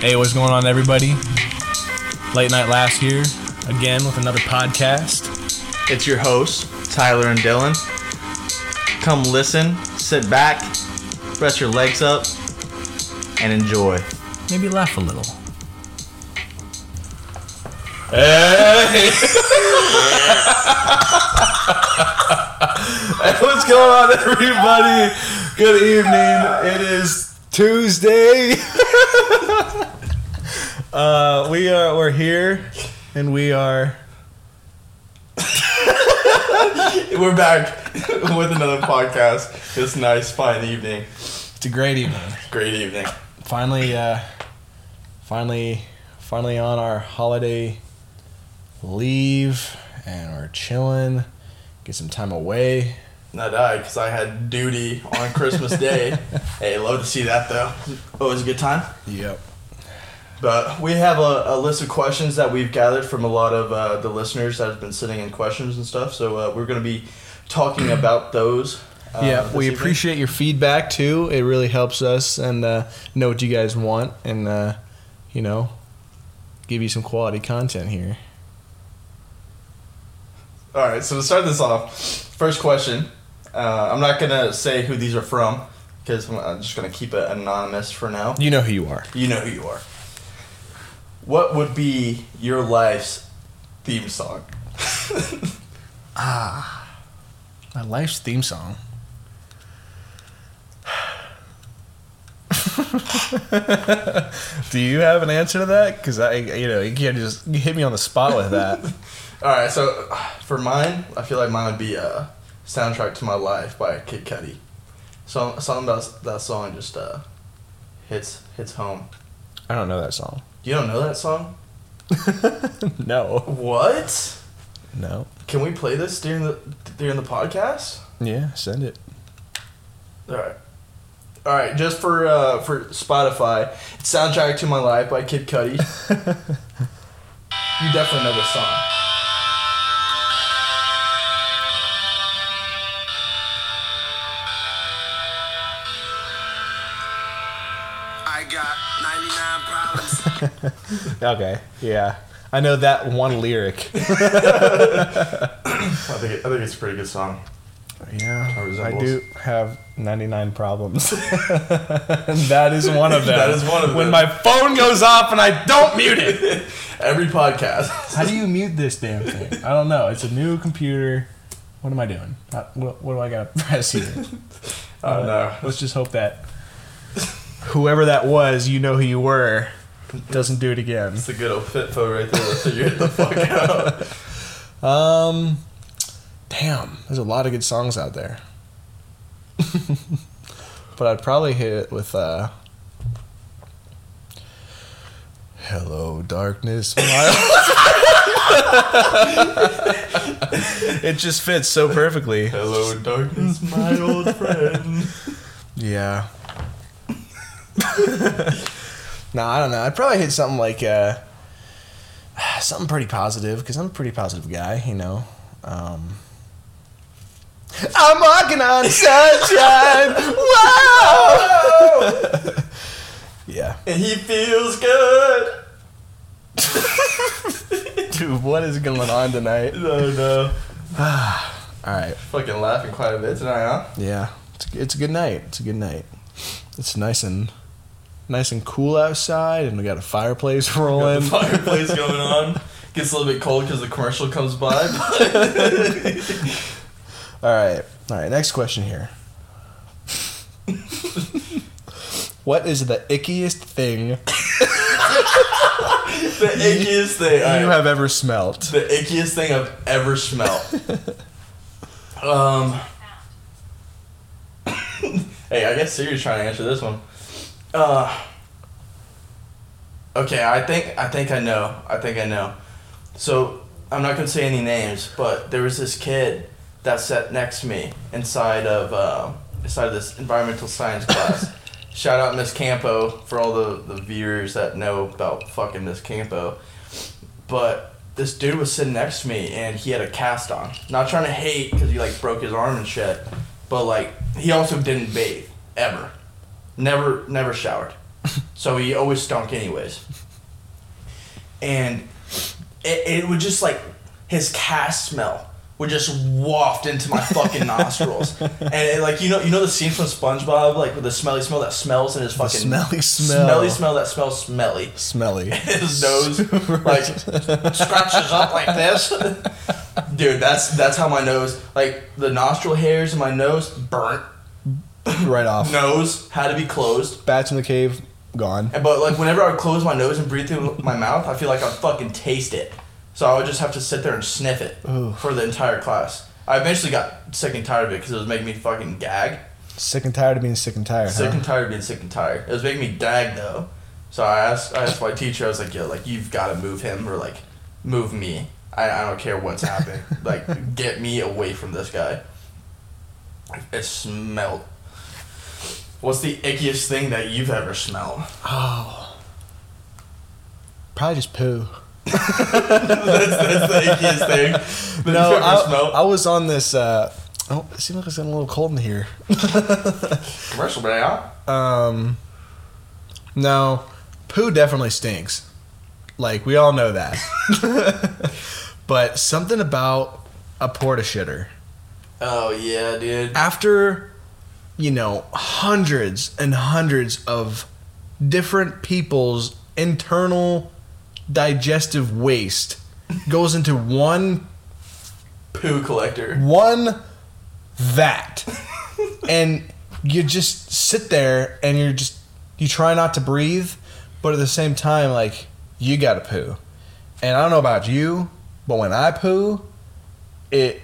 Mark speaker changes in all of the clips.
Speaker 1: Hey, what's going on, everybody? Late night last year, again with another podcast.
Speaker 2: It's your hosts, Tyler and Dylan. Come listen, sit back, press your legs up, and enjoy.
Speaker 1: Maybe laugh a little.
Speaker 3: What's going on, everybody? Good evening. It is Tuesday. uh, we are we're here, and we are
Speaker 2: We're back with another podcast. This nice, fine evening.
Speaker 3: it's a great evening.
Speaker 2: Great evening.
Speaker 3: Finally, uh, finally, finally on our holiday leave, and we're chilling. Get some time away.
Speaker 2: Not I, because I had duty on Christmas Day. hey, love to see that though. Always a good time.
Speaker 3: Yep.
Speaker 2: But we have a, a list of questions that we've gathered from a lot of uh, the listeners that have been sending in questions and stuff. So uh, we're going to be talking about those. Uh,
Speaker 3: yeah,
Speaker 2: this
Speaker 3: we
Speaker 2: evening.
Speaker 3: appreciate your feedback too. It really helps us and uh, know what you guys want, and uh, you know, give you some quality content here.
Speaker 2: All right, so to start this off, first question. Uh, I'm not gonna say who these are from because I'm I'm just gonna keep it anonymous for now.
Speaker 3: You know who you are.
Speaker 2: You know who you are. What would be your life's theme song?
Speaker 3: My life's theme song. Do you have an answer to that? Because I, you know, you can't just you hit me on the spot with that.
Speaker 2: All right, so uh, for mine, I feel like mine would be uh, "Soundtrack to My Life" by Kid Cudi. So something about that song just uh, hits hits home.
Speaker 3: I don't know that song.
Speaker 2: You don't know that song?
Speaker 3: no,
Speaker 2: What?
Speaker 3: no.
Speaker 2: Can we play this during the during the podcast?
Speaker 3: Yeah, send it.
Speaker 2: All right. All right, just for uh, for Spotify, it's soundtrack to my life by Kid Cudi. you definitely know this song.
Speaker 4: I got 99 problems.
Speaker 3: Okay. Yeah, I know that one lyric.
Speaker 2: I think it, I think it's a pretty good song.
Speaker 3: Yeah,
Speaker 2: Or
Speaker 3: I
Speaker 2: resembles.
Speaker 3: do have 99 problems. and that is one of them.
Speaker 2: That is one of
Speaker 3: When my
Speaker 2: them.
Speaker 3: phone goes off and I don't mute it.
Speaker 2: Every podcast.
Speaker 3: How do you mute this damn thing? I don't know. It's a new computer. What am I doing? Uh, What, what do I got to press here? Uh,
Speaker 2: Oh no.
Speaker 3: Let's just hope that whoever that was, you know who you were, doesn't do it again.
Speaker 2: It's a good old fitfo right there. So you hit the fuck out.
Speaker 3: Um, damn, there's a lot of good songs out there. but I'd probably hit it with uh, "Hello, Darkness." My it just fits so perfectly.
Speaker 2: Hello, darkness, my old friend.
Speaker 3: Yeah. nah, I don't know. I'd probably hit something like uh, something pretty positive because I'm a pretty positive guy, you know. Um, I'm walking on sunshine. Wow. yeah.
Speaker 2: And he feels good.
Speaker 3: Dude, what is going on tonight?
Speaker 2: No, no.
Speaker 3: All right.
Speaker 2: Fucking laughing quite a bit tonight, huh?
Speaker 3: Yeah. It's, it's a good night. It's a good night. It's nice and nice and cool outside, and we got a fireplace
Speaker 2: Got
Speaker 3: rolling.
Speaker 2: the fireplace going on. Gets a little bit cold because the commercial comes by.
Speaker 3: All right. All right. Next question here. what is the ickiest thing
Speaker 2: the ickiest thing. All right.
Speaker 3: you have ever smelt?
Speaker 2: the ickiest thing I've ever smelled. um. hey, I guess Siri's trying to answer this one. Uh. Okay, I think I think I know. I think I know. So I'm not gonna say any names, but there was this kid that sat next to me inside of um inside of this environmental science class. Shout out Miss Campo for all the the viewers that know about fucking Miss Campo but this dude was sitting next to me and he had a cast on. Not trying to hate because he like broke his arm and shit, but like he also didn't bathe ever, never never showered. So he always stunk anyways. And it, it would just like his cast smell would just waft into my fucking nostrils. And it, like you know you know the scene from SpongeBob like with the smelly smell that smells in his fucking
Speaker 3: smelly smell.
Speaker 2: Smelly smell that smells smelly
Speaker 3: Smelly.
Speaker 2: his nose like scrunches up like this. Dude, that's that's how my nose, like the nostril hairs in my nose, burnt.
Speaker 3: right off.
Speaker 2: Nose had to be closed.
Speaker 3: Bats in the cave, gone.
Speaker 2: And- But like whenever I would close my nose and breathe through my mouth, I feel like I'd fucking taste it. So I would just have to sit there and sniff it for the entire class. I eventually got sick and tired of it because it was making me fucking gag.
Speaker 3: Sick and tired of being sick and tired.
Speaker 2: Sick
Speaker 3: huh?
Speaker 2: and tired of being sick and tired. It was making me gag though. So I asked, I asked my teacher, I was like, yo, like, you've got to move him or like, move me. I, I don't care what's happening. like, get me away from this guy. It smelled. What's the ickiest thing that you've ever smelled?
Speaker 3: Oh. Probably just poo.
Speaker 2: that's, that's the ickiest thing that
Speaker 3: No,
Speaker 2: you've ever
Speaker 3: I,
Speaker 2: smelled.
Speaker 3: I was on this. Uh, oh, it seems like it's getting a little cold in here.
Speaker 2: Commercial break, huh?
Speaker 3: Um, no, poo definitely stinks. Like we all know that. but something about a porta shitter
Speaker 2: Oh, yeah, dude.
Speaker 3: after, you know, hundreds and hundreds of different people's internal digestive waste goes into one
Speaker 2: Poo collector.
Speaker 3: one that and you just sit there and you're just you try not to breathe but at the same time like you gotta poo and i don't know about you but when i poo it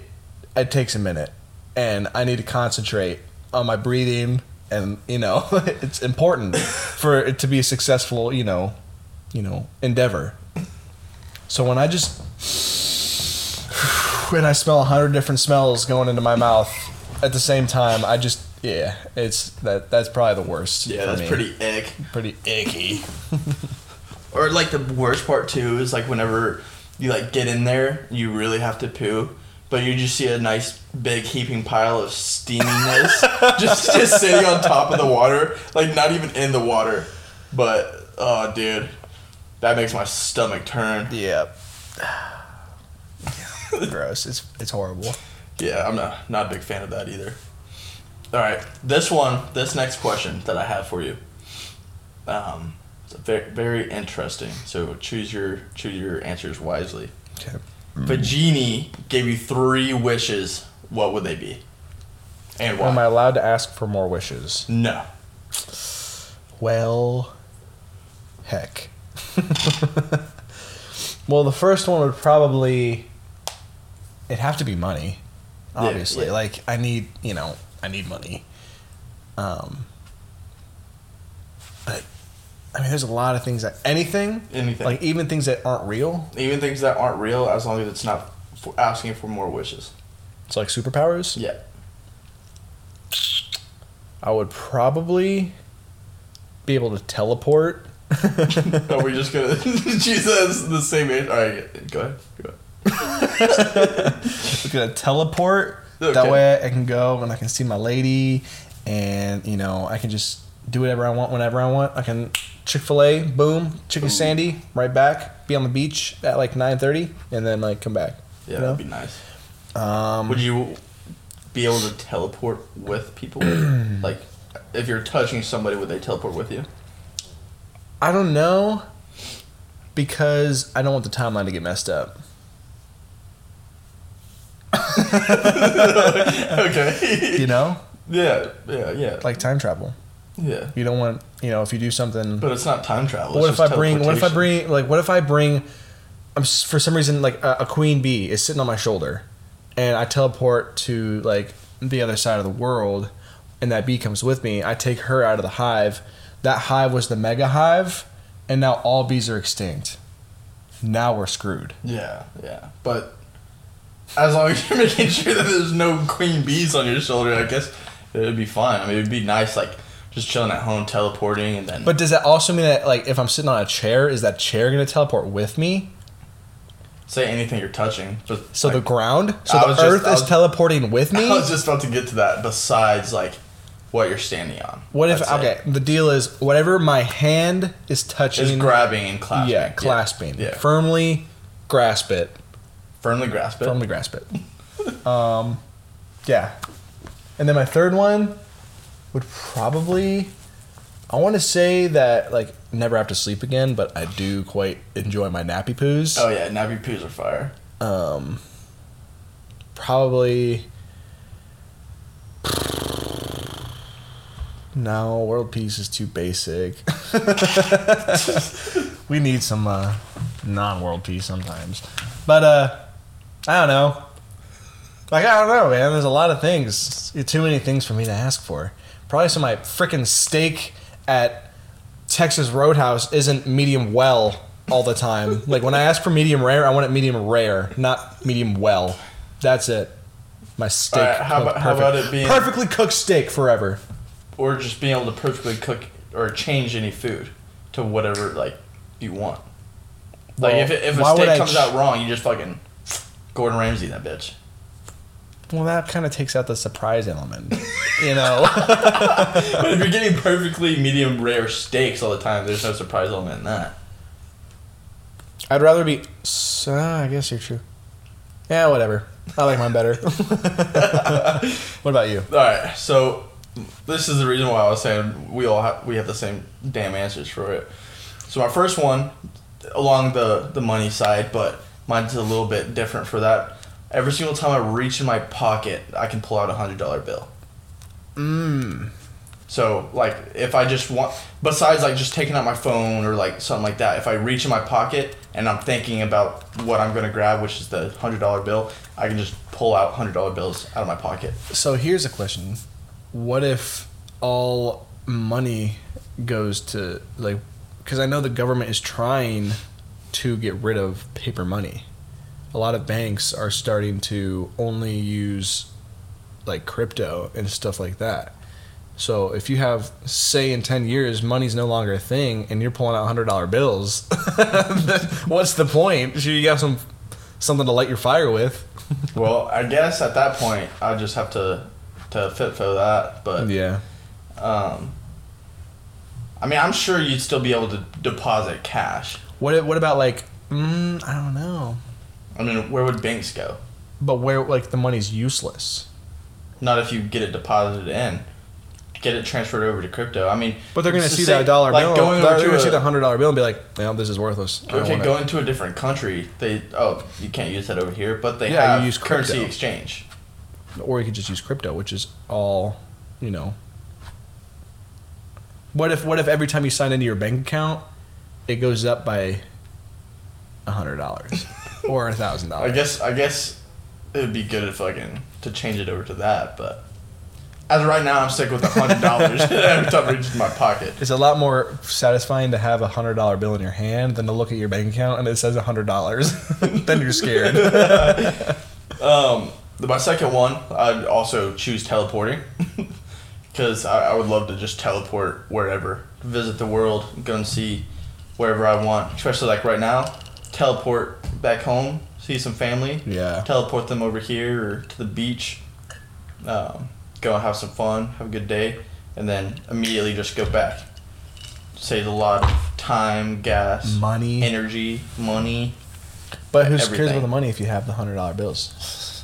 Speaker 3: it takes a minute and i need to concentrate on my breathing and you know it's important for it to be a successful you know you know endeavor so when i just and I smell a hundred different smells going into my mouth at the same time. I just yeah, it's that that's probably the worst.
Speaker 2: Yeah,
Speaker 3: for
Speaker 2: that's
Speaker 3: me.
Speaker 2: pretty ick.
Speaker 3: pretty icky.
Speaker 2: Or like the worst part too is like whenever you like get in there, you really have to poo, but you just see a nice big heaping pile of steaminess just just sitting on top of the water, like not even in the water. But oh, dude, that makes my stomach turn.
Speaker 3: Yeah. Gross. It's it's horrible.
Speaker 2: Yeah, I'm not not a big fan of that either. All right, this one, this next question that I have for you, um, it's very very interesting. So choose your choose your answers wisely.
Speaker 3: Okay.
Speaker 2: If a genie gave you three wishes, what would they be? And why?
Speaker 3: Am I allowed to ask for more wishes?
Speaker 2: no.
Speaker 3: Well, heck. well, the first one would probably it'd have to be money.
Speaker 2: Yeah,
Speaker 3: Obviously,
Speaker 2: yeah.
Speaker 3: like I need, you know, I need money. Um, but I mean, there's a lot of things that anything,
Speaker 2: Anything.
Speaker 3: like even things that aren't real.
Speaker 2: Even things that aren't real, as long as it's not for asking for more wishes.
Speaker 3: It's like superpowers.
Speaker 2: Yeah.
Speaker 3: I would probably be able to teleport.
Speaker 2: Are we just gonna choose as the same age? All right, yeah, go ahead. Go ahead.
Speaker 3: We're gonna teleport. That
Speaker 2: Okay.
Speaker 3: way I can go and I can see my lady, and you know I can just do whatever I want whenever I want. I can Chick Fil A, boom, chicken sandy, right back. Be on the beach at like nine thirty, and then like come back.
Speaker 2: Yeah,
Speaker 3: you know?
Speaker 2: that'd be nice.
Speaker 3: um,
Speaker 2: Would you be able to teleport with people? like, if you're touching somebody, would they teleport with you?
Speaker 3: I don't know because I don't want the timeline to get messed up.
Speaker 2: okay.
Speaker 3: You know,
Speaker 2: yeah, yeah, yeah.
Speaker 3: like time travel.
Speaker 2: yeah.
Speaker 3: You don't want you know if you do something.
Speaker 2: But it's not time travel.
Speaker 3: But what
Speaker 2: it's
Speaker 3: if I
Speaker 2: just
Speaker 3: bring? What if I
Speaker 2: teleportation.
Speaker 3: bring? Like, what if I bring? I'm s- for some reason like a, a queen bee is sitting on my shoulder, and I teleport to like the other side of the world, and that bee comes with me. I take her out of the hive. That hive was the mega hive, and now all bees are extinct. Now we're screwed.
Speaker 2: Yeah, yeah. But as long as you're making sure that there's no queen bees on your shoulder, I guess it'd be fine. I mean, it'd be nice, like just chilling at home, teleporting, and then.
Speaker 3: But does that also mean that like if I'm sitting on a chair, is that chair gonna teleport with me?
Speaker 2: say anything you're touching. Just,
Speaker 3: So the
Speaker 2: like,
Speaker 3: ground, so
Speaker 2: I
Speaker 3: the
Speaker 2: was just-
Speaker 3: earth
Speaker 2: I
Speaker 3: is
Speaker 2: was-
Speaker 3: teleporting with me.
Speaker 2: I was just about to get to that. Besides, like what you're standing on.
Speaker 3: What if
Speaker 2: That's it.
Speaker 3: okay? The deal is whatever my hand is touching.
Speaker 2: Just grabbing and clasping.
Speaker 3: Yeah, clasping.
Speaker 2: Yeah.
Speaker 3: Firmly grasp it.
Speaker 2: Firmly grasp it.
Speaker 3: Firmly grasp it. um, yeah. And then my third one would probably. I want to say that like never have to sleep again, but I do quite enjoy my nappy poos.
Speaker 2: Oh yeah, nappy poos are fire.
Speaker 3: um, probably no world peace is too basic we need some uh, non-world peace sometimes but uh i don't know like i don't know man there's a lot of things too many things for me to ask for probably so my freaking steak at texas roadhouse isn't medium well all the time like when i ask for medium rare i want it medium rare not medium well that's it my steak
Speaker 2: All right, how
Speaker 3: cooked
Speaker 2: about- how about it being-
Speaker 3: perfectly cooked steak forever
Speaker 2: Or just being able to perfectly cook or change any food to whatever like you want. Like
Speaker 3: Well,
Speaker 2: if it, if a
Speaker 3: why would I
Speaker 2: steak comes
Speaker 3: ch-
Speaker 2: out wrong, you just fucking Gordon Ramsay that bitch.
Speaker 3: well that kind of takes out the surprise element you know
Speaker 2: But if you're getting perfectly medium rare steaks all the time, there's no surprise element in that.
Speaker 3: I'd rather be. s- ah, I guess you're true. Yeah, whatever. I like mine better. what about you?
Speaker 2: All right, so this is the reason why I was saying we all have, we have the same damn answers for it. So my first one, along the the money side, but mine's a little bit different for that. Every single time I reach in my pocket, I can pull out a hundred dollar bill.
Speaker 3: Mm.
Speaker 2: So like if I just want, besides like just taking out my phone or like something like that, if I reach in my pocket and I'm thinking about what I'm gonna grab, which is the hundred dollar bill, I can just pull out hundred dollar bills out of my pocket.
Speaker 3: So here's a question: What if all money goes to like? Because I know the government is trying to get rid of paper money. A lot of banks are starting to only use like crypto and stuff like that. So if you have, say, in ten years, money's no longer a thing, and you're pulling out hundred dollar bills, then what's the point? Sure, you got some something to light your fire with.
Speaker 2: Well, I guess at that point I just have to to fitfo that, but
Speaker 3: Yeah.
Speaker 2: um, I mean I'm sure you'd still be able to deposit cash.
Speaker 3: What What about like? Mm, I don't know.
Speaker 2: I mean, where would banks go?
Speaker 3: But where like the money's useless.
Speaker 2: Not if you get it deposited in, get it transferred over to crypto. I mean,
Speaker 3: But they're gonna
Speaker 2: it's the
Speaker 3: see
Speaker 2: same-
Speaker 3: that dollar
Speaker 2: like
Speaker 3: bill.
Speaker 2: Going
Speaker 3: they're
Speaker 2: over
Speaker 3: gonna
Speaker 2: to
Speaker 3: see
Speaker 2: a,
Speaker 3: the hundred dollar bill and be like, "No, this is worthless." I don't
Speaker 2: okay,
Speaker 3: want
Speaker 2: go
Speaker 3: it."
Speaker 2: into a different country. They oh you can't use that over here, but they
Speaker 3: Yeah, you
Speaker 2: have
Speaker 3: use
Speaker 2: currency
Speaker 3: crypto.
Speaker 2: exchange.
Speaker 3: Or you could just use crypto, which is all, you know. What if What if every time you sign into your bank account, it goes up by hundred dollars or a thousand
Speaker 2: I
Speaker 3: dollars?
Speaker 2: guess I guess it would be good if I can to change it over to that, but as of right now, I'm stuck with the hundred dollars every time it reaches my pocket.
Speaker 3: It's a lot more satisfying to have a hundred dollar bill in your hand than to look at your bank account and it says hundred dollars. then you're scared.
Speaker 2: Um, my second one, I'd also choose teleporting because I, I would love to just teleport wherever, visit the world, go and see wherever I want. Especially like right now, teleport back home, see some family.
Speaker 3: yeah.
Speaker 2: teleport them over here or to the beach, um, go and have some fun, have a good day, and then immediately just go back. Saves a lot of time, gas,
Speaker 3: Money.
Speaker 2: energy, money.
Speaker 3: But who
Speaker 2: everything.
Speaker 3: cares about the money if you have the hundred dollar bills?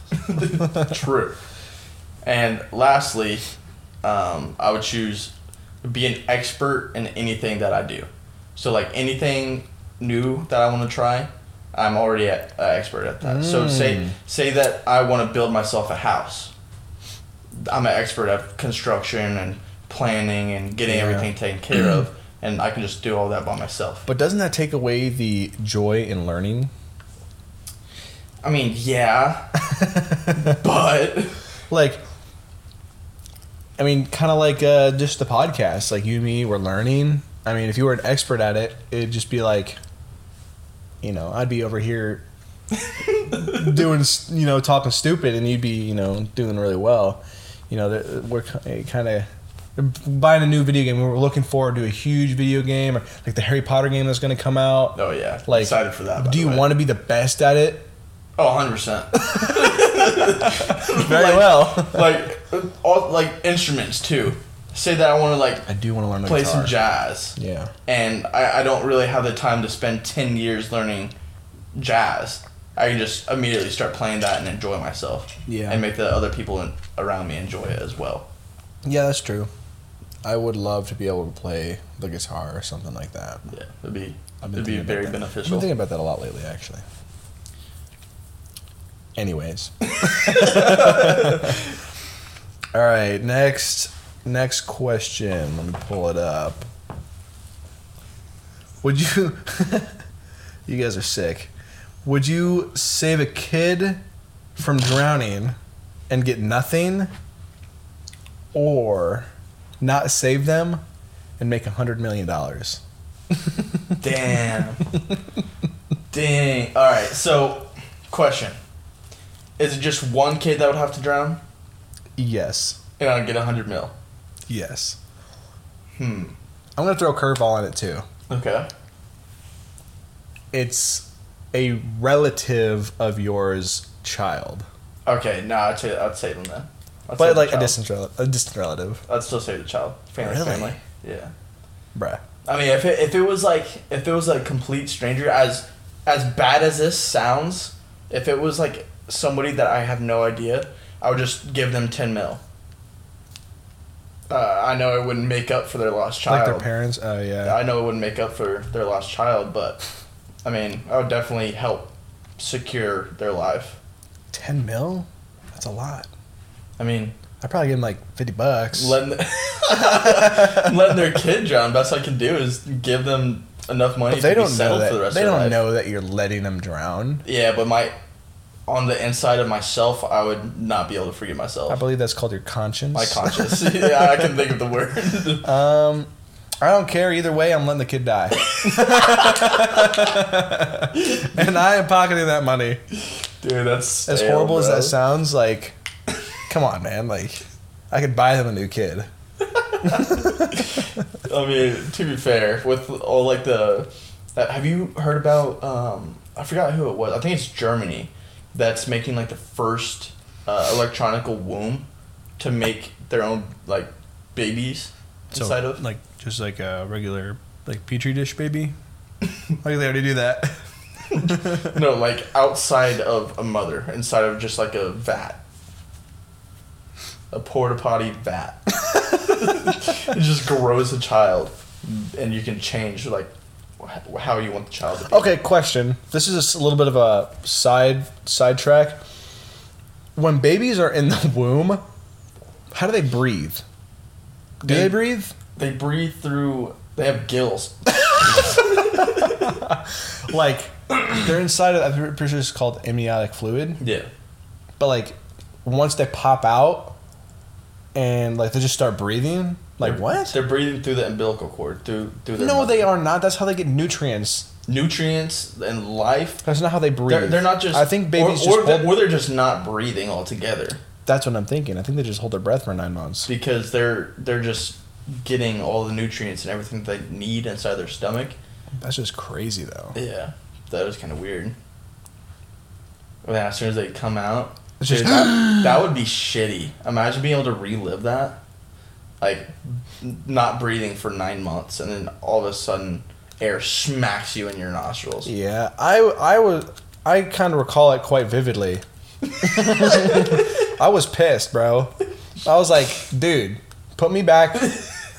Speaker 2: True. And lastly, um, I would choose to be an expert in anything that I do. So like anything new that I want to try, I'm already an expert at that. So
Speaker 3: Mm.
Speaker 2: say say that I want to build myself a house. I'm an expert at construction and planning and getting
Speaker 3: Yeah.
Speaker 2: everything taken care of, and I can just do all that by myself.
Speaker 3: But doesn't that take away the joy in learning?
Speaker 2: I mean, yeah, but
Speaker 3: Like, I mean, kind of like uh, just the podcast. Like you and me, we're learning. I mean, if you were an expert at it, it'd just be like, you know, I'd be over here doing, s- you know, talking stupid, and you'd be, you know, doing really well. You know, there- we're kind of buying a new video game. We're looking forward to a huge video game, or like the Harry Potter game that's going to come out.
Speaker 2: oh yeah,
Speaker 3: Like,
Speaker 2: excited for that. by
Speaker 3: Do
Speaker 2: the
Speaker 3: you
Speaker 2: way.
Speaker 3: want to be the best at it?
Speaker 2: Oh, 100 percent.
Speaker 3: Very
Speaker 2: Like-
Speaker 3: well.
Speaker 2: like all like instruments too. say that I want to like
Speaker 3: I do want to learn the
Speaker 2: play
Speaker 3: guitar.
Speaker 2: some jazz,
Speaker 3: Yeah.
Speaker 2: and I, I don't really have the time to spend ten years learning jazz. I can just immediately start playing that and enjoy myself,
Speaker 3: Yeah.
Speaker 2: and make the other people in, around me enjoy it as well.
Speaker 3: Yeah, that's true. I would love to be able to play the guitar or something like that.
Speaker 2: Yeah, it'd be
Speaker 3: I've
Speaker 2: it'd be
Speaker 3: thinking about
Speaker 2: very
Speaker 3: that. I've
Speaker 2: beneficial.
Speaker 3: been thinking about that a lot lately, actually. Anyways. All right, next next question. Let me pull it up. Would you You guys are sick. Would you save a kid from drowning and get nothing or not save them and make a 100 million dollars?
Speaker 2: Damn. Dang. All right. So, question: Is it just one kid that would have to drown,
Speaker 3: Yes.
Speaker 2: and I'd get a hundred mil?
Speaker 3: Yes.
Speaker 2: Hmm.
Speaker 3: I'm gonna throw a curveball in it too.
Speaker 2: Okay.
Speaker 3: It's a relative of yours child,
Speaker 2: Okay. No, nah, I'd say I'd save them then. I'd save
Speaker 3: but
Speaker 2: the
Speaker 3: like a
Speaker 2: child.
Speaker 3: distant rel- a distant relative,
Speaker 2: I'd still save the child. Family.
Speaker 3: Really?
Speaker 2: Family. Yeah.
Speaker 3: bruh.
Speaker 2: I mean, if it, if it was like if it was a complete stranger, as as bad as this sounds, if it was like somebody that I have no idea, I would just give them ten mil. Uh, I know it wouldn't make up for their lost
Speaker 3: Like
Speaker 2: child.
Speaker 3: their parents. Oh yeah.
Speaker 2: I know it wouldn't make up for their lost child, but I mean, I would definitely help secure their life.
Speaker 3: Ten mil. That's a lot.
Speaker 2: I mean,
Speaker 3: I probably give them like fifty bucks.
Speaker 2: letting, letting their kid drown, best I can do is give them enough money
Speaker 3: but they
Speaker 2: to be
Speaker 3: don't know
Speaker 2: settled
Speaker 3: that.
Speaker 2: for the rest
Speaker 3: they
Speaker 2: of their
Speaker 3: don't
Speaker 2: life.
Speaker 3: know that you're letting them drown.
Speaker 2: Yeah, but my on the inside of myself, I would not be able to forgive
Speaker 3: I
Speaker 2: myself.
Speaker 3: believe that's called your conscience.
Speaker 2: My conscience. yeah, I can think of the word.
Speaker 3: Um, I don't care either way. I'm letting the kid die. and I am pocketing that money.
Speaker 2: Dude, that's
Speaker 3: As
Speaker 2: stale,
Speaker 3: horrible as
Speaker 2: bro.
Speaker 3: that sounds, like, come on, man. Like, I could buy them a new kid.
Speaker 2: I mean, to be fair, with all like the, uh, have you heard about? Um, I forgot who it was. I think it's Germany, that's making like the first uh, electronical womb to make their own like babies inside of.
Speaker 3: like, just like a regular, like, petri dish baby. like, they already do that.
Speaker 2: no, like outside of a mother, inside of just like a vat. A porta potty vat. it just grows a child, and you can change like wh- how you want the child to be.
Speaker 3: Okay, question. This is a s- little bit of a side sidetrack. When babies are in the womb, how do they breathe? Do
Speaker 2: They-
Speaker 3: they breathe?
Speaker 2: They breathe through. They have gills.
Speaker 3: like they're inside of I'm pretty sure it's called amniotic fluid.
Speaker 2: Yeah.
Speaker 3: But like once they pop out and like they just start breathing, like
Speaker 2: They're-
Speaker 3: what?
Speaker 2: They're breathing through the umbilical cord, through through their
Speaker 3: no,
Speaker 2: mouth.
Speaker 3: they are not. That's how they get nutrients.
Speaker 2: nutrients and life.
Speaker 3: That's not how they breathe.
Speaker 2: They're, they're not just.
Speaker 3: I think babies
Speaker 2: or, or
Speaker 3: just.
Speaker 2: they-
Speaker 3: hold,
Speaker 2: or they're just not breathing altogether
Speaker 3: that's what I'm thinking. I think they just hold their breath for nine months.
Speaker 2: because they're they're just getting all the nutrients and everything they need inside their stomach.
Speaker 3: That's just crazy though.
Speaker 2: Yeah, that was kind of weird. And then as soon as they come out,
Speaker 3: It's
Speaker 2: dude,
Speaker 3: just-
Speaker 2: that, that would be shitty. Imagine being able to relive that, like n- not breathing for nine months, and then all of a sudden air smacks you in your nostrils.
Speaker 3: Yeah, I I was I kind of recall it quite vividly. I was pissed, bro. I was like, dude, put me back.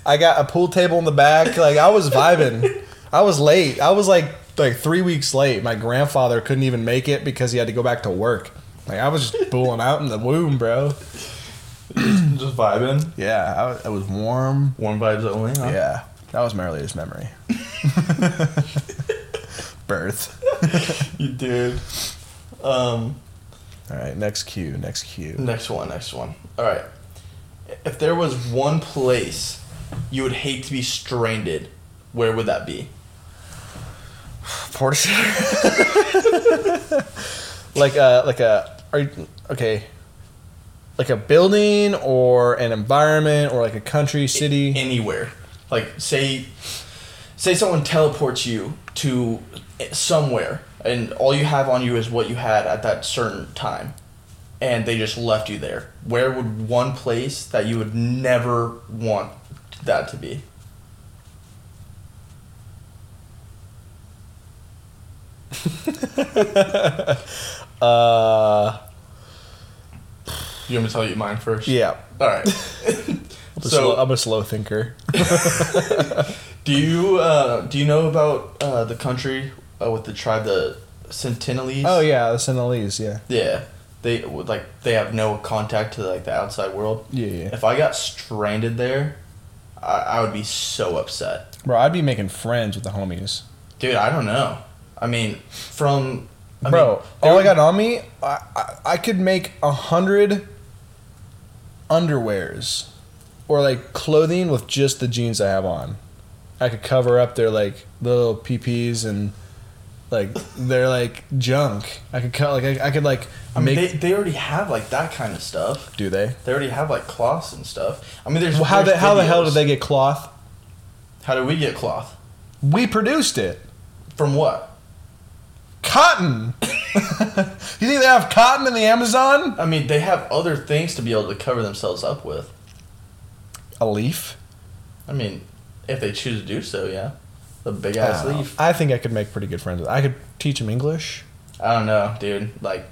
Speaker 3: I got a pool table in the back. Like I was vibing. I was late. I was like like three weeks late. My grandfather couldn't even make it because he had to go back to work. Like I was just pulling out in the womb, bro.
Speaker 2: Just vibing,
Speaker 3: Yeah, I was, it was warm.
Speaker 2: warm vibes only. Huh?
Speaker 3: Yeah, that was my earliest memory. Birth.
Speaker 2: you dude. Um,
Speaker 3: All right, next cue. Next cue.
Speaker 2: Next one, next one. All right. If there was one place you would hate to be stranded, where would that be?
Speaker 3: Porta like a like a are you, okay. Like a building or an environment or like a country, city.
Speaker 2: Anywhere. Like say say someone teleports you to somewhere and all you have on you is what you had at that certain time and they just left you there. Where would one place that you would never want that to be.
Speaker 3: Uh,
Speaker 2: You want me to tell you mine first?
Speaker 3: yeah.
Speaker 2: All right.
Speaker 3: I'm a,
Speaker 2: So-
Speaker 3: slow, I'm a slow thinker.
Speaker 2: do you uh, do you know about uh, the country uh, with the tribe the Sentinelese?
Speaker 3: Oh yeah, the Sentinelese. Yeah.
Speaker 2: Yeah. They would like they have no contact to like the outside world.
Speaker 3: Yeah, yeah.
Speaker 2: If I got stranded there, I, I would be so upset.
Speaker 3: Bro, I'd be making friends with the homies.
Speaker 2: Dude, I don't know. I mean, from I
Speaker 3: Bro,
Speaker 2: mean,
Speaker 3: all I got on me, I, I, I could make a hundred underwears or like clothing with just the jeans I have on. I could cover up their like little PPs and like their like junk. I could cut like I, I could like
Speaker 2: I mean,
Speaker 3: make.
Speaker 2: they, they already have like that kind of stuff.
Speaker 3: do they?
Speaker 2: They already have like cloths and stuff. I mean, there's
Speaker 3: Well, how the
Speaker 2: there's
Speaker 3: how the hell did
Speaker 2: videos.
Speaker 3: they get cloth?
Speaker 2: How did we get cloth?
Speaker 3: We produced it.
Speaker 2: From what?
Speaker 3: Cotton. you think they have cotton in the Amazon?
Speaker 2: I mean, they have other things to be able to cover themselves up with.
Speaker 3: A leaf.
Speaker 2: I mean, if they choose to do so, yeah. The big
Speaker 3: I
Speaker 2: ass
Speaker 3: don't know.
Speaker 2: leaf.
Speaker 3: I think I could make pretty good friends with. I could teach them English.
Speaker 2: I don't know, dude. Like,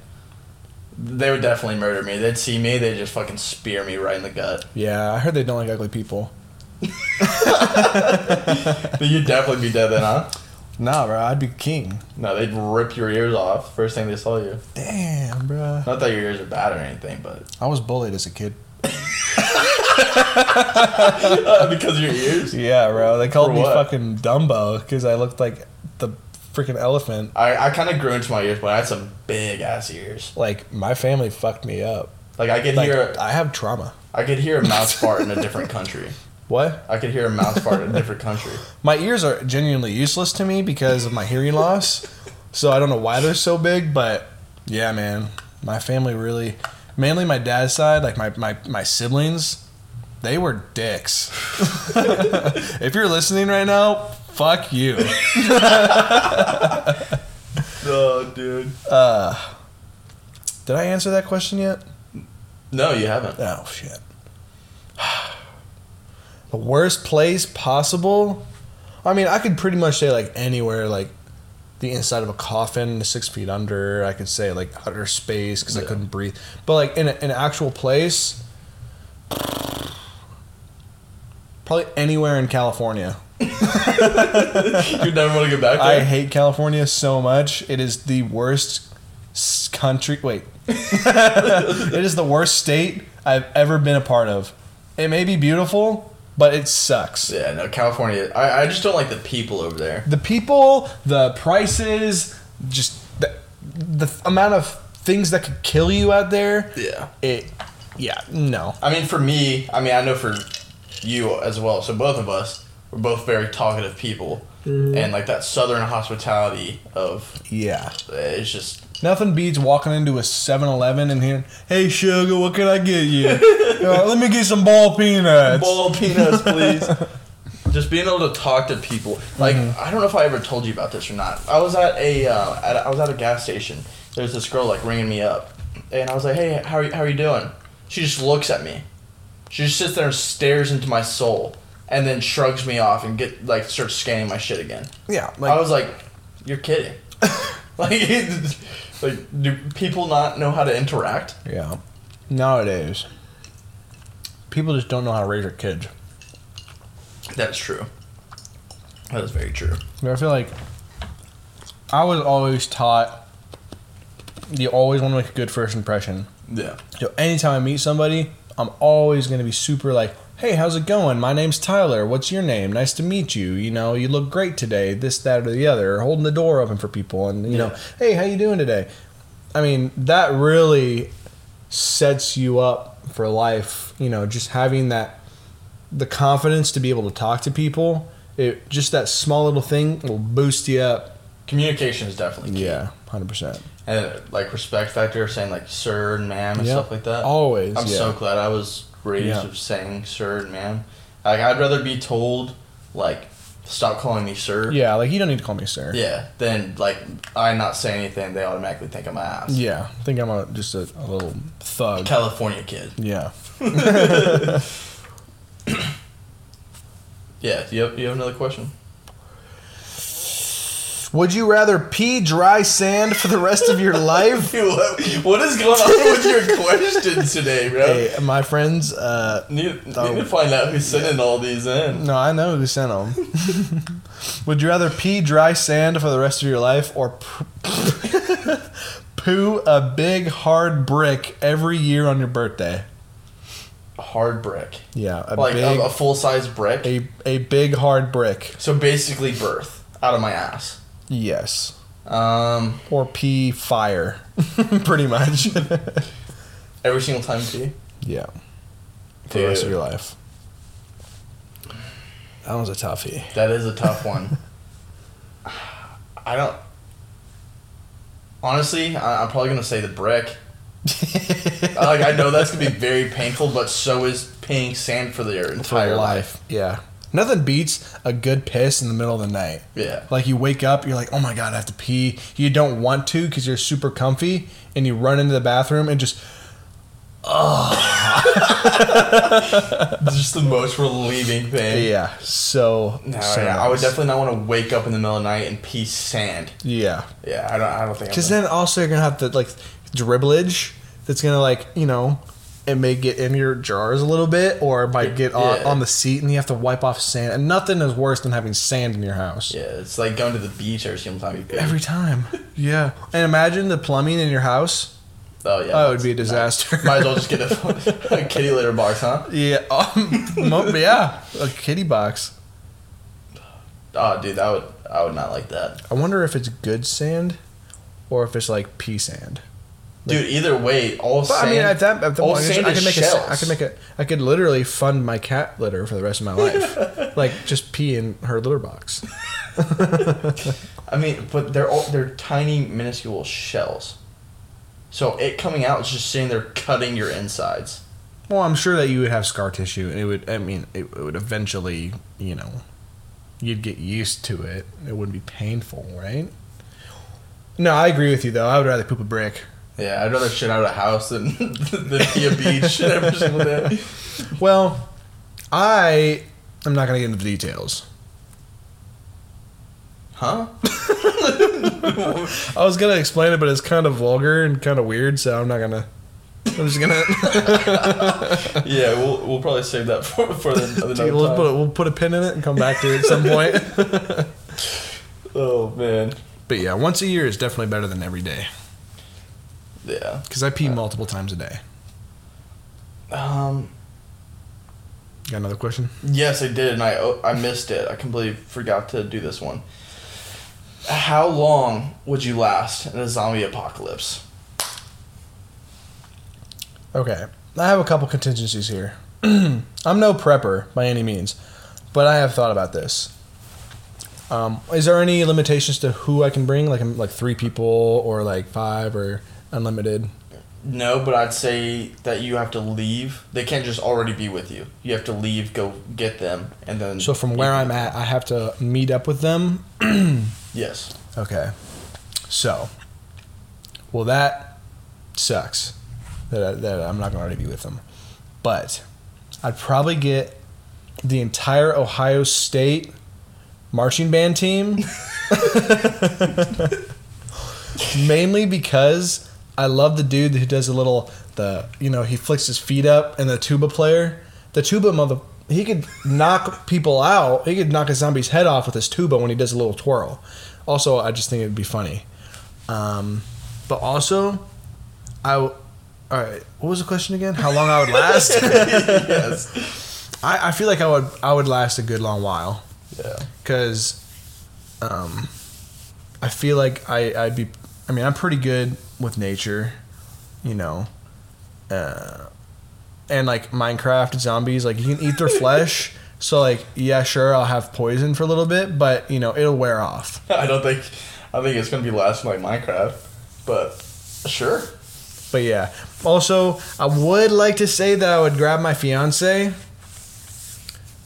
Speaker 2: they would definitely murder me. They'd see me, they'd just fucking spear me right in the gut.
Speaker 3: Yeah, I heard they don't like ugly people.
Speaker 2: but you'd definitely be dead then, huh?
Speaker 3: Nah, bro, I'd be king.
Speaker 2: No, they'd rip your ears off first thing they saw you.
Speaker 3: Damn, bro.
Speaker 2: Not that your ears are bad or anything, but
Speaker 3: I was bullied as a kid.
Speaker 2: because of your ears.
Speaker 3: Yeah, bro. They
Speaker 2: For
Speaker 3: called me
Speaker 2: what?
Speaker 3: fucking Dumbo because I looked like the freaking elephant.
Speaker 2: I, I kind of grew into my ears, but I had some big ass ears.
Speaker 3: Like my family fucked me up.
Speaker 2: Like I could
Speaker 3: Like
Speaker 2: hear
Speaker 3: I have trauma.
Speaker 2: I could hear a mouse fart in a different country.
Speaker 3: What?
Speaker 2: I could hear a mouse fart in a different country.
Speaker 3: My ears are genuinely useless to me because of my hearing loss. So I don't know why they're so big, but yeah, man. My family really, mainly my dad's side, like my my, my siblings, they were dicks. if you're listening right now, fuck you.
Speaker 2: Oh, dude.
Speaker 3: Uh, did I answer that question yet?
Speaker 2: No, you haven't.
Speaker 3: Oh shit. the worst place possible. I mean, I could pretty much say like anywhere, like the inside of a coffin, six feet under. I could say like outer space because I
Speaker 2: Yeah.
Speaker 3: couldn't breathe. But like in a, an actual place, probably anywhere in California.
Speaker 2: You never want to go back
Speaker 3: I
Speaker 2: there.
Speaker 3: hate California so much. It is the worst s- country. Wait, it is the worst state I've ever been a part of. It may be beautiful, but it sucks.
Speaker 2: yeah, no, California. I, I just don't like the people over there.
Speaker 3: The people, the prices, just the, the amount of things that could kill you out there.
Speaker 2: Yeah.
Speaker 3: It, yeah, no.
Speaker 2: I mean, for me, I mean, I know for you as well. So both of us, we're both very talkative people, and like that southern hospitality of eh,
Speaker 3: Yeah.
Speaker 2: it's just
Speaker 3: Nothing beats walking into a 7 Eleven and hearing, hey, sugar, what can I get you? Uh, let me get some ball peanuts.
Speaker 2: ball peanuts, please. just being able to talk to people. Like I don't know if I ever told you about this or not. I was at a, uh, at a I was at a gas station. There's this girl like ringing me up, and I was like, "Hey, how are you, how are you doing?" She just looks at me. She just sits there and stares into my soul, and then shrugs me off and get like starts scanning my shit again.
Speaker 3: Yeah, like
Speaker 2: I was like, "You're kidding!" like, it's- like, do people not know how to interact?
Speaker 3: Yeah. Nowadays, people just don't know how to raise their kids.
Speaker 2: That's true. That is very true.
Speaker 3: I feel like I was always taught you always want to make a good first impression.
Speaker 2: Yeah.
Speaker 3: So anytime I meet somebody, I'm always going to be super like, hey, how's it going? My name's Tyler. What's your name? Nice to meet you. You know, you look great today. This, that, or the other. Or holding the door open for people, and you know,
Speaker 2: Yeah.
Speaker 3: hey, how you doing today? I mean, that really sets you up for life. You know, just having that the confidence to be able to talk to people. It just that small little thing will boost you up.
Speaker 2: Communication is definitely key.
Speaker 3: Yeah, hundred percent.
Speaker 2: And like respect factor, saying like sir and ma'am and
Speaker 3: Yeah.
Speaker 2: stuff like that.
Speaker 3: Always.
Speaker 2: I'm
Speaker 3: yeah.
Speaker 2: so glad I was raised
Speaker 3: Yeah.
Speaker 2: with saying sir and ma'am. Like I'd rather be told like stop calling me sir.
Speaker 3: yeah, like you don't need to call me sir.
Speaker 2: Yeah. Than like I not say anything, they automatically think I'm an ass.
Speaker 3: Yeah, I think I'm a, just a, a little thug.
Speaker 2: California kid.
Speaker 3: Yeah.
Speaker 2: Yeah. Do you have, you have another question?
Speaker 3: Would you rather pee dry sand for the rest of your life?
Speaker 2: what what is going on with your questions today, bro?
Speaker 3: Hey, my friends, uh,
Speaker 2: Need, need
Speaker 3: Oh.
Speaker 2: to find out who's sending all these in.
Speaker 3: no, I know who sent them. Would you rather pee dry sand for the rest of your life or p- poo a big hard brick every year on your birthday?
Speaker 2: Hard brick.
Speaker 3: Yeah, a
Speaker 2: like
Speaker 3: big,
Speaker 2: a, a full size brick.
Speaker 3: a, a big hard brick.
Speaker 2: So basically, birth out of my ass.
Speaker 3: Yes,
Speaker 2: Um,
Speaker 3: or pee fire, pretty much.
Speaker 2: every single time pee.
Speaker 3: yeah, for the rest of
Speaker 2: Dude.
Speaker 3: your life. That was a toughie.
Speaker 2: That is a tough one. I don't. Honestly, I, I'm probably gonna say the brick. like I know that's gonna be very painful, but so is paying sand for their entire life.
Speaker 3: Yeah. Nothing beats a good piss in the middle of the night.
Speaker 2: Yeah.
Speaker 3: Like you wake up, you're like, oh my god, I have to pee. You don't want to because you're super comfy, and you run into the bathroom and just
Speaker 2: It's just the most relieving thing.
Speaker 3: yeah, so,
Speaker 2: No,
Speaker 3: so
Speaker 2: yeah, I would
Speaker 3: nice.
Speaker 2: definitely not want to wake up in the middle of the night and pee sand.
Speaker 3: yeah.
Speaker 2: Yeah, I don't. I don't think. I'm
Speaker 3: Because
Speaker 2: gonna-
Speaker 3: then also you're gonna have the like dribblage that's gonna like you know it may get in your jars a little bit or it might get on,
Speaker 2: Yeah.
Speaker 3: on the seat and you have to wipe off sand and nothing is worse than having sand in your house
Speaker 2: yeah, it's like going to the beach every single time you pee.
Speaker 3: every time yeah and imagine the plumbing in your house
Speaker 2: oh yeah,
Speaker 3: oh it would
Speaker 2: that's-
Speaker 3: be a disaster
Speaker 2: Might as well just get a, a kitty litter box, huh?
Speaker 3: yeah um, mo- yeah a kitty box
Speaker 2: Oh, dude, I would. I would not like that.
Speaker 3: I wonder if it's good sand or if it's like pea sand
Speaker 2: Dude, either way, all
Speaker 3: But
Speaker 2: sand.
Speaker 3: I mean, at that, at that
Speaker 2: all
Speaker 3: point, I,
Speaker 2: sand
Speaker 3: could
Speaker 2: is
Speaker 3: make
Speaker 2: shells.
Speaker 3: a, I could make a, I could literally fund my cat litter for the rest of my life, like just pee in her litter box.
Speaker 2: I mean, but they're all they're tiny, minuscule shells. So it coming out is just sitting there cutting your insides.
Speaker 3: Well, I'm sure that you would have scar tissue, and it would, I mean, it, it would eventually, you know, you'd get used to it. It wouldn't be painful, right? No, I agree with you though. I would rather poop a brick.
Speaker 2: Yeah, I'd rather shit out of a house than than be a beach every single day.
Speaker 3: Well, I am not gonna get into the details.
Speaker 2: Huh?
Speaker 3: I was gonna explain it, but it's kind of vulgar and kind of weird, so I'm not gonna. I'm just gonna.
Speaker 2: Yeah, we'll, we'll probably save that for for the another
Speaker 3: Dude, we'll,
Speaker 2: time.
Speaker 3: put a, we'll put a pin in it and come back to it at some point.
Speaker 2: oh man.
Speaker 3: but yeah, once a year is definitely better than every day
Speaker 2: Yeah.
Speaker 3: because I pee multiple times a day.
Speaker 2: Um.
Speaker 3: Got another question?
Speaker 2: Yes, I did, and I oh, I missed it. I completely forgot to do this one. How long would you last in a zombie apocalypse?
Speaker 3: Okay, I have a couple contingencies here. I'm no prepper by any means, but I have thought about this. Um, is there any limitations to who I can bring? Like, I'm- like three people or like five or unlimited?
Speaker 2: No, but I'd say that you have to leave. They can't just already be with you. You have to leave, go get them, and then.
Speaker 3: So from where I'm at, I have to meet up with them
Speaker 2: Yes.
Speaker 3: Okay. So, well, that sucks that, I, that I'm not going to be with them. But I'd probably get the entire Ohio State marching band team. Mainly because I love the dude who does a little, the you know, he flicks his feet up and the tuba player. The tuba mother. He could knock people out. He could knock a zombie's head off with his tuba when he does a little twirl. Also, I just think it'd be funny. Um, but also, I. W- all right. What was the question again? How long I would last?
Speaker 2: yes.
Speaker 3: I, I feel like I would I would last a good long while
Speaker 2: Yeah.
Speaker 3: because, um, I feel like I I'd be. I mean, I'm pretty good with nature, you know. Uh, and like Minecraft zombies, like you can eat their flesh. So like, yeah, sure, I'll have poison for a little bit, but you know, it'll wear off.
Speaker 2: I don't think. I think it's gonna be lasting like Minecraft, but sure.
Speaker 3: But yeah. Also, I would like to say that I would grab my fiance.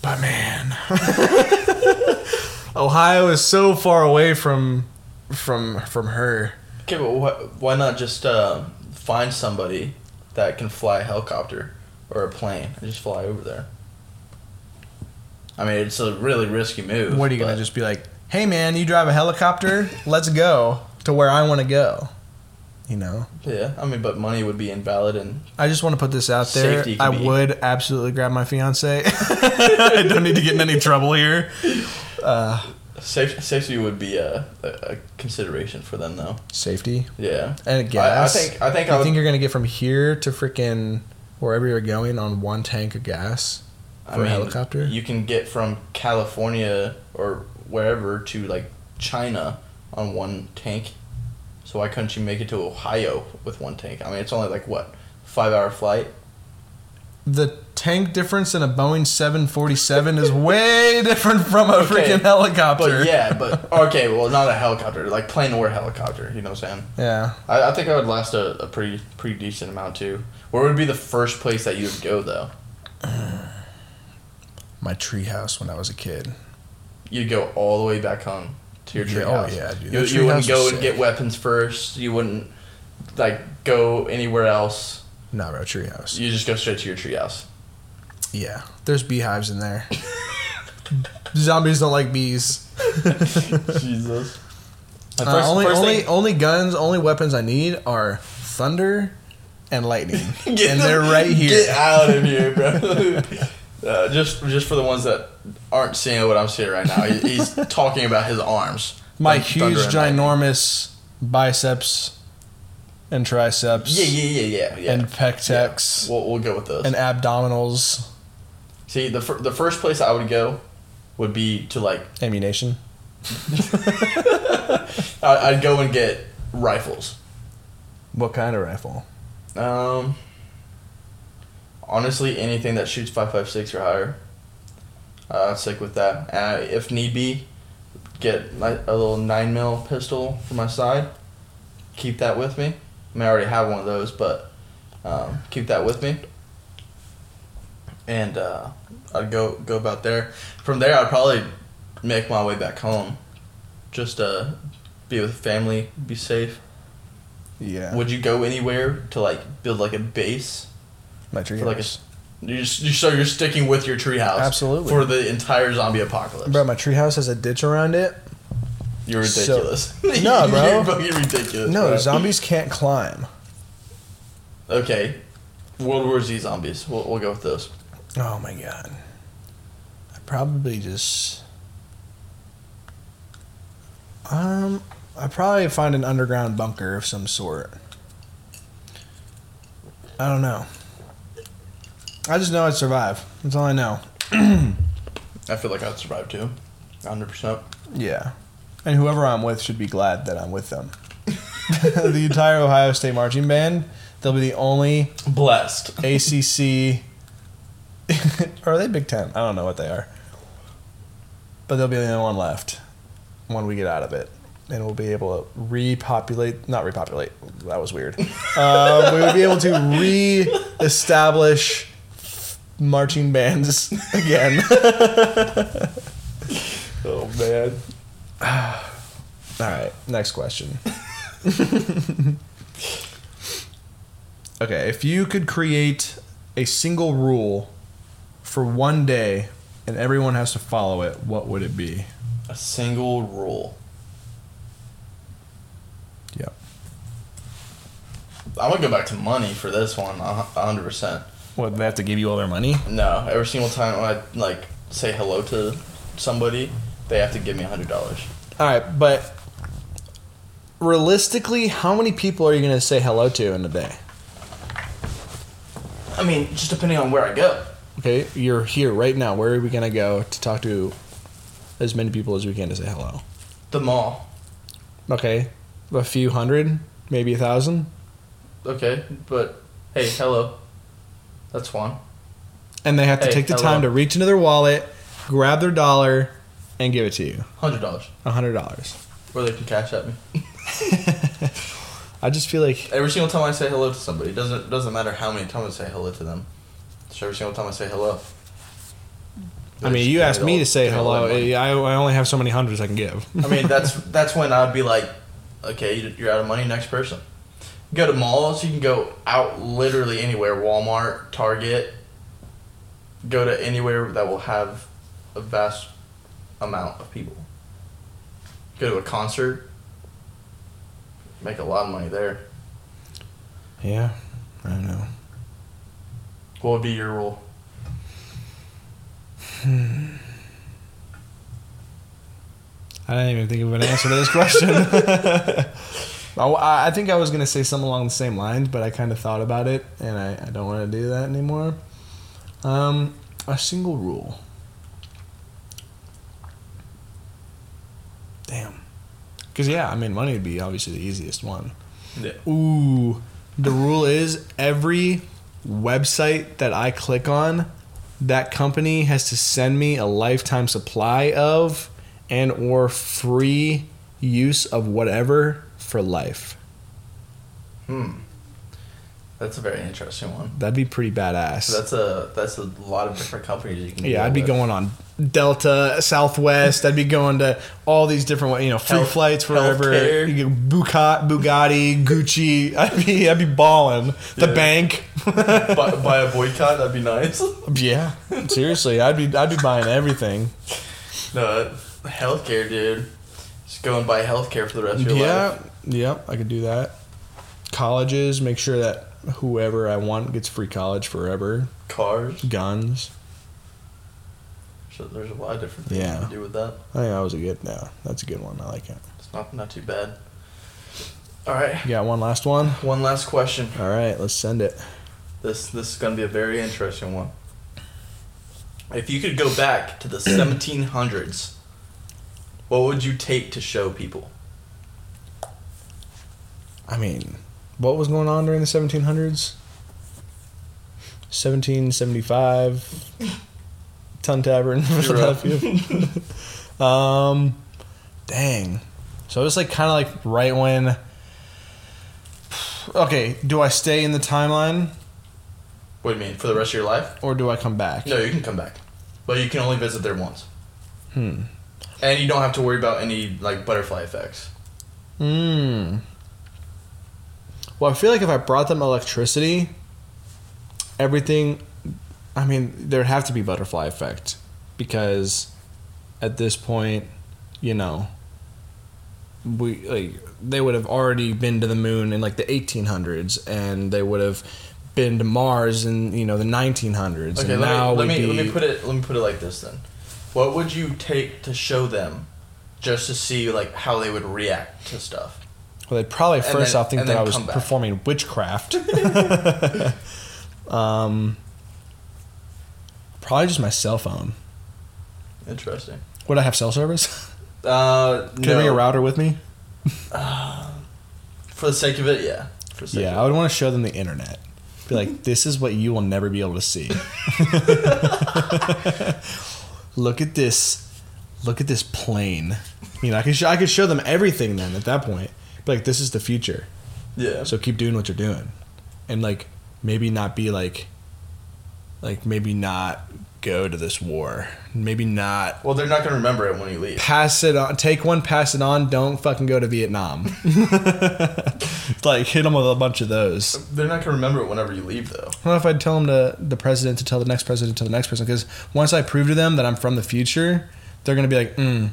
Speaker 3: But man, Ohio is so far away from from from her.
Speaker 2: Okay, but wh- why not just uh, find somebody that can fly a helicopter or a plane and just fly over there? I mean, it's a really risky move.
Speaker 3: What are you
Speaker 2: but-
Speaker 3: gonna just be like? Hey man, you drive a helicopter? Let's go to where I want to go. You know,
Speaker 2: Yeah, I mean, but money would be invalid, and
Speaker 3: I just want to put this out there.
Speaker 2: Safety could
Speaker 3: I
Speaker 2: be-
Speaker 3: would absolutely grab my fiance. I don't need to get in any trouble here. Uh,
Speaker 2: safe, safety would be a, a, a consideration for them, though.
Speaker 3: safety
Speaker 2: Yeah,
Speaker 3: and
Speaker 2: I, I
Speaker 3: gas.
Speaker 2: think I think
Speaker 3: you
Speaker 2: I would.
Speaker 3: think you're gonna get from here to freaking wherever you're going on one tank of gas?
Speaker 2: I
Speaker 3: for a helicopter?
Speaker 2: You can get from California or wherever to like China on one tank. So why couldn't you make it to Ohio with one tank? I mean, it's only like what five hour flight.
Speaker 3: The tank difference in a Boeing 747 is way different from a
Speaker 2: Okay,
Speaker 3: freaking helicopter.
Speaker 2: But yeah, but okay, well, not a helicopter, like plane or helicopter. You know what I'm saying?
Speaker 3: yeah.
Speaker 2: I, I think I would last a, a pretty pretty decent amount too. Where would be the first place that you would go though?
Speaker 3: My treehouse when I was a kid.
Speaker 2: You'd go all the way back home to your
Speaker 3: Yeah,
Speaker 2: tree
Speaker 3: oh,
Speaker 2: house.
Speaker 3: yeah, dude,
Speaker 2: You,
Speaker 3: that
Speaker 2: you wouldn't
Speaker 3: treehouse
Speaker 2: go
Speaker 3: was
Speaker 2: and
Speaker 3: sick.
Speaker 2: get weapons first. You wouldn't like go anywhere else.
Speaker 3: Not our treehouse.
Speaker 2: You just go straight to your tree house.
Speaker 3: Yeah, there's beehives in there. Zombies don't like bees.
Speaker 2: Jesus.
Speaker 3: Uh,
Speaker 2: first-
Speaker 3: only,
Speaker 2: first
Speaker 3: only,
Speaker 2: thing-
Speaker 3: only guns, only weapons I need are thunder and lightning, and
Speaker 2: Get the-
Speaker 3: they're right
Speaker 2: Get
Speaker 3: here.
Speaker 2: out of here, bro. Uh, just, just for the ones that aren't seeing what I'm seeing right now, he, he's talking about his arms.
Speaker 3: My
Speaker 2: Thun- thunder
Speaker 3: huge,
Speaker 2: and lightning.
Speaker 3: ginormous biceps and triceps
Speaker 2: Yeah, yeah, yeah, yeah, yeah.
Speaker 3: and pectex
Speaker 2: We'll, we'll go with those.
Speaker 3: and abdominals.
Speaker 2: See, the fir- the first place I would go would be to like
Speaker 3: Ammunition.
Speaker 2: I- I'd go and get rifles.
Speaker 3: What kind of rifle?
Speaker 2: Um, honestly, anything that shoots five five six or higher, uh, I'd stick with that. And I, if need be, get my, a little nine mil pistol for my side. Keep that with me. I mean, I already have one of those, but um, keep that with me. And uh, I'd go go about there. From there, I'd probably make my way back home, just uh, be with family, be safe.
Speaker 3: Yeah,
Speaker 2: Would you go anywhere to like build like a base?
Speaker 3: my treehouse.
Speaker 2: For like a, you just, you, so you're sticking with your treehouse
Speaker 3: Absolutely.
Speaker 2: for the entire zombie apocalypse.
Speaker 3: Bro, my treehouse has a ditch around it.
Speaker 2: you're
Speaker 3: so-
Speaker 2: ridiculous.
Speaker 3: No, bro.
Speaker 2: you're fucking ridiculous.
Speaker 3: No,
Speaker 2: bro.
Speaker 3: zombies can't climb.
Speaker 2: Okay, World War Z zombies. We'll, we'll go with those.
Speaker 3: Oh my god. I probably just um I probably find an underground bunker of some sort. I don't know. I just know I'd survive. That's all I know.
Speaker 2: I feel like I'd survive too. 100. percent
Speaker 3: Yeah. And whoever I'm with should be glad that I'm with them. the entire Ohio State marching band, they'll be the only
Speaker 2: Blessed.
Speaker 3: ACC. or are they Big Ten? I don't know what they are. But they'll be the only one left when we get out of it. And we'll be able to repopulate, not repopulate, that was weird. uh, we will be able to re establish marching bands again.
Speaker 2: Oh man.
Speaker 3: All right, next question. okay, if you could create a single rule for one day and everyone has to follow it, what would it be?
Speaker 2: A single rule.
Speaker 3: Yep.
Speaker 2: I'm gonna go back to money for this one. 100. percent
Speaker 3: What, they have to give you all their money?
Speaker 2: No, every single time I like say hello to somebody, they have to give me hundred dollars.
Speaker 3: All right, but realistically, how many people are you going to say hello to in a day?
Speaker 2: I mean, just depending on where I go.
Speaker 3: Okay, you're here right now. Where are we going to go to talk to as many people as we can to say hello?
Speaker 2: The mall.
Speaker 3: Okay, a few hundred, maybe a thousand?
Speaker 2: Okay, but hey, hello. That's one.
Speaker 3: and they have to
Speaker 2: Hey,
Speaker 3: take the
Speaker 2: hello.
Speaker 3: time to reach into their wallet, grab their dollar, and give it to you.
Speaker 2: Hundred dollars.
Speaker 3: A hundred dollars.
Speaker 2: Or they can cash at me.
Speaker 3: I just feel like
Speaker 2: Every single time I say hello to somebody, it doesn't doesn't matter how many times I say hello to them. So every single time I say hello.
Speaker 3: I mean, you asked me to say hello. I, I only have so many hundreds I can give.
Speaker 2: I mean, that's that's when I'd be like, okay, you- you're out of money. Next person. Go to malls. You can go out literally anywhere. Walmart, Target. Go to anywhere that will have a vast amount of people. Go to a concert, make a lot of money there.
Speaker 3: Yeah, I don't know.
Speaker 2: What would be your rule?
Speaker 3: I didn't even think of an answer to this question. I, I think I was going to say something along the same lines, but I kind of thought about it, and I, I don't want to do that anymore. Um, a single rule. Damn. Because, yeah, I mean, money would be obviously the easiest one.
Speaker 2: Yeah.
Speaker 3: Ooh, the rule is every website that I click on, that company has to send me a lifetime supply of and or free use of whatever for life.
Speaker 2: Hmm. That's a very interesting one.
Speaker 3: That'd be pretty badass.
Speaker 2: So that's a that's a lot of different companies you can.
Speaker 3: yeah,
Speaker 2: deal
Speaker 3: I'd be
Speaker 2: with.
Speaker 3: going on Delta, Southwest. I'd be going to all these different, you know, free
Speaker 2: Health-
Speaker 3: flights wherever.
Speaker 2: healthcare.
Speaker 3: You get Buca- Bugatti, Gucci. I'd be, I'd be balling. The
Speaker 2: Yeah.
Speaker 3: bank.
Speaker 2: by, by a boycott. That'd be nice.
Speaker 3: Yeah, seriously, I'd be I'd be buying everything.
Speaker 2: no, healthcare, dude. Just go and buy healthcare for the rest of your life.
Speaker 3: Yeah, yeah, I could do that. Colleges, make sure that whoever I want gets free college forever.
Speaker 2: Cars.
Speaker 3: Guns.
Speaker 2: So there's a lot of different things
Speaker 3: Yeah.
Speaker 2: you can do with that.
Speaker 3: I think that was a good. Yeah, that's a good one. I like it.
Speaker 2: It's not not too bad. All right.
Speaker 3: You got one last one.
Speaker 2: One last question.
Speaker 3: All right, let's send it.
Speaker 2: This this is gonna be a very interesting one. If you could go back to the 1700s, what would you take to show people?
Speaker 3: I mean, what was going on during the 1700s? 1775, Tun Tavern, Philadelphia. um, dang. So it was like kind of like right when. Okay, do I stay in the timeline
Speaker 2: What do you mean for the rest of your life?
Speaker 3: or do I come back?
Speaker 2: No, you can come back, but you can only visit there once,
Speaker 3: Hmm.
Speaker 2: and you don't have to worry about any like butterfly effects.
Speaker 3: Hmm. Well, I feel like if I brought them electricity, everything. I mean, there'd have to be butterfly effect because at this point, you know, we like they would have already been to the moon in like the 1800s, and they would have been to Mars in you know the 1900s.
Speaker 2: Okay,
Speaker 3: and
Speaker 2: let
Speaker 3: now
Speaker 2: me let
Speaker 3: we'd
Speaker 2: me,
Speaker 3: be-
Speaker 2: let me put it let me put it like this then. What would you take to show them, just to see like how they would react to stuff?
Speaker 3: Well, they'd probably
Speaker 2: And
Speaker 3: first
Speaker 2: then-
Speaker 3: off think
Speaker 2: and
Speaker 3: that
Speaker 2: then
Speaker 3: I was
Speaker 2: come back.
Speaker 3: performing witchcraft. um, probably just my cell phone.
Speaker 2: Interesting.
Speaker 3: Would I have cell service?
Speaker 2: Uh,
Speaker 3: Could I bring a
Speaker 2: no.
Speaker 3: router with me?
Speaker 2: For the sake of it, yeah. For the sake
Speaker 3: Yeah, I would want to show them the internet. Be like, this is what you will never be able to see. Look at this. Look at this plane. You know, I could sh- I could show them everything then at that point. Be like, this is the future.
Speaker 2: Of it. Yeah.
Speaker 3: So keep doing what you're doing, and like maybe not be like, like maybe not go to this war. Maybe not
Speaker 2: well, they're not gonna remember it when you leave.
Speaker 3: pass it on. Take one, pass it on. Don't fucking go to Vietnam. like hit them with a bunch of those.
Speaker 2: They're not gonna remember it whenever you leave, though.
Speaker 3: I don't know if I'd tell them to the president to tell the next president to the next person because once I prove to them that I'm from the future, they're gonna be like, mm,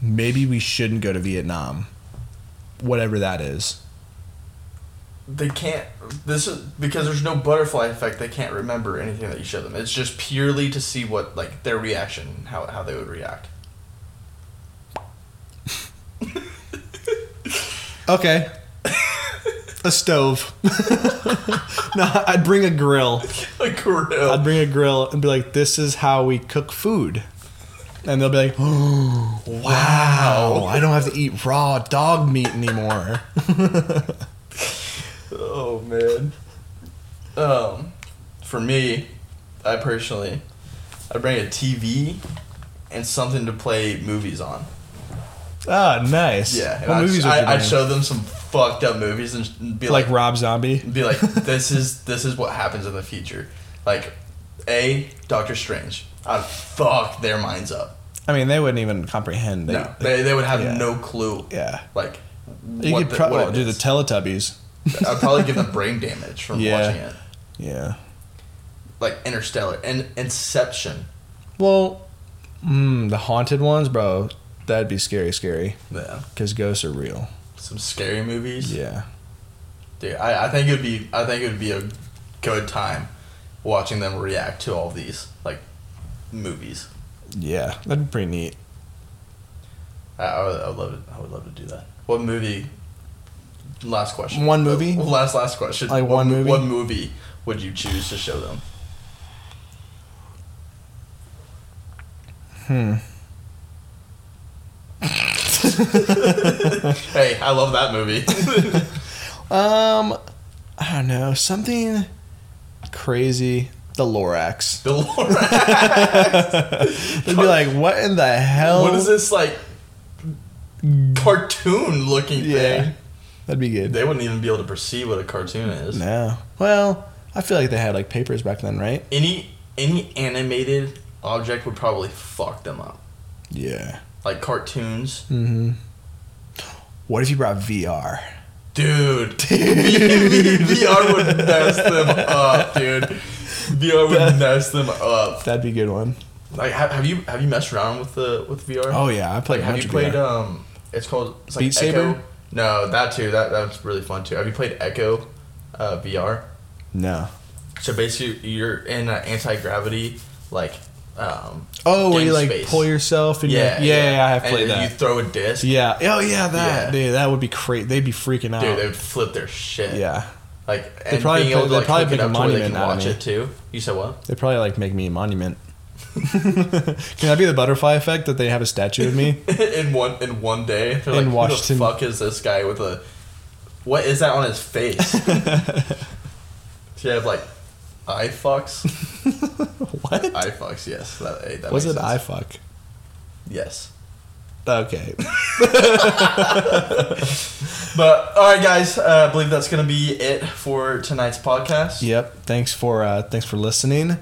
Speaker 3: maybe we shouldn't go to Vietnam, whatever that is.
Speaker 2: They can't. This is because there's no butterfly effect. They can't remember anything that you show them. It's just purely to see what like their reaction, how how they would react.
Speaker 3: Okay. a stove. no, I'd bring a grill.
Speaker 2: A grill.
Speaker 3: I'd bring a grill and be like, "This is how we cook food," and they'll be like, "Oh, wow! I don't have to eat raw dog meat anymore."
Speaker 2: Oh man. Um, for me, I personally, I bring a TV and something to play movies on.
Speaker 3: Ah, nice.
Speaker 2: Yeah, and
Speaker 3: What
Speaker 2: I'd-
Speaker 3: movies would you
Speaker 2: I, I'd
Speaker 3: bring?
Speaker 2: show them some fucked up movies and be
Speaker 3: like
Speaker 2: like,
Speaker 3: Rob Zombie.
Speaker 2: be like, this is this is what happens in the future. Like, a Doctor Strange. I'd fuck their minds up.
Speaker 3: I mean, they wouldn't even comprehend. They,
Speaker 2: no, they, they would have
Speaker 3: yeah.
Speaker 2: no clue.
Speaker 3: yeah.
Speaker 2: Like,
Speaker 3: You
Speaker 2: what
Speaker 3: could
Speaker 2: the-
Speaker 3: probably
Speaker 2: what it
Speaker 3: do the
Speaker 2: is.
Speaker 3: Teletubbies.
Speaker 2: I'd probably give them brain damage from
Speaker 3: Yeah.
Speaker 2: watching it.
Speaker 3: Yeah.
Speaker 2: Like Interstellar and Inception.
Speaker 3: Well, Mm, the haunted ones, bro. That'd be scary, scary.
Speaker 2: Yeah.
Speaker 3: Because ghosts are real.
Speaker 2: Some scary movies.
Speaker 3: Yeah.
Speaker 2: Dude, I, I think it'd be I think it'd be a good time watching them react to all these like movies.
Speaker 3: Yeah. That'd be pretty neat.
Speaker 2: I, I, would, I would love to I would love to do that. What movie? Last question.
Speaker 3: One movie?
Speaker 2: Uh, last last question.
Speaker 3: Like
Speaker 2: What
Speaker 3: one
Speaker 2: mo-
Speaker 3: movie?
Speaker 2: What movie would you choose to show them?
Speaker 3: Hmm.
Speaker 2: Hey, I love that movie.
Speaker 3: Um, I don't know. Something crazy. The Lorax.
Speaker 2: the Lorax.
Speaker 3: They'd be like, what in the hell?
Speaker 2: What is this like cartoon looking
Speaker 3: Yeah.
Speaker 2: thing?
Speaker 3: That'd be good.
Speaker 2: They wouldn't even be able to perceive what a cartoon is.
Speaker 3: No. Well, I feel like they had like papers back then, right?
Speaker 2: Any any animated object would probably fuck them up.
Speaker 3: Yeah.
Speaker 2: Like cartoons.
Speaker 3: Mm-hmm. What if you brought VR?
Speaker 2: Dude. VR would mess them up, dude. VR would mess them up.
Speaker 3: That'd be a good one.
Speaker 2: Like have, have you have you messed around with the with VR?
Speaker 3: Oh yeah, I played.
Speaker 2: Like, have you played? Um, it's called it's like
Speaker 3: Beat Saber?
Speaker 2: Echo. No, that too. That that's really fun too. Have you played Echo uh, VR?
Speaker 3: no.
Speaker 2: So basically, you're in an anti gravity like. Um,
Speaker 3: Oh, where
Speaker 2: game
Speaker 3: you like
Speaker 2: space.
Speaker 3: pull yourself and yeah,
Speaker 2: Yeah,
Speaker 3: yeah, yeah, I have
Speaker 2: And
Speaker 3: played
Speaker 2: you-
Speaker 3: that.
Speaker 2: You throw a disc.
Speaker 3: yeah. Oh yeah, that
Speaker 2: Yeah.
Speaker 3: dude, that would be crazy. They'd be freaking out.
Speaker 2: Dude, they would flip their shit.
Speaker 3: yeah,
Speaker 2: Like and
Speaker 3: probably
Speaker 2: being
Speaker 3: put-
Speaker 2: able to
Speaker 3: they'd
Speaker 2: like
Speaker 3: probably
Speaker 2: hook it
Speaker 3: make a
Speaker 2: up to where they
Speaker 3: monument out
Speaker 2: can
Speaker 3: of
Speaker 2: watch
Speaker 3: me.
Speaker 2: it too. You said what?
Speaker 3: they probably like make me a monument. Can that be the butterfly effect that they have a statue of me?
Speaker 2: in one in one day, they're
Speaker 3: In
Speaker 2: like,
Speaker 3: Washington.
Speaker 2: who the fuck is this guy with a? What is that on his face? Does he have like eye fucks?
Speaker 3: what
Speaker 2: I fucks, yes. That, hey, that
Speaker 3: was it?
Speaker 2: makes
Speaker 3: I
Speaker 2: sense.
Speaker 3: fuck.
Speaker 2: Yes.
Speaker 3: Okay.
Speaker 2: But all right, guys, uh, I believe that's gonna be it for tonight's podcast.
Speaker 3: Yep. Thanks for uh, thanks for listening.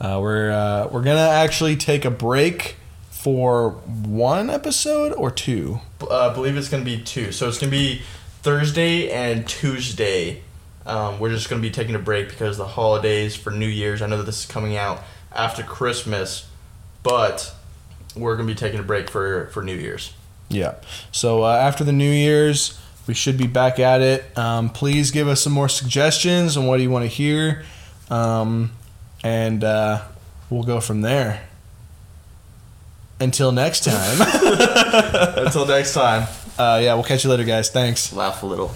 Speaker 3: Uh, we're uh, we're gonna actually take a break for one episode or two.
Speaker 2: Uh, I believe it's gonna be two, so it's gonna be Thursday and Tuesday. Um, we're just gonna be taking a break because the holidays for New Year's. I know that this is coming out after Christmas, but we're gonna be taking a break for for New Year's.
Speaker 3: Yeah. So uh, after the New Year's, we should be back at it. Um, please give us some more suggestions on what do you want to hear, um, and uh, we'll go from there. Until next time.
Speaker 2: Until next time,
Speaker 3: uh, yeah, we'll catch you later, guys. Thanks.
Speaker 2: laugh a little.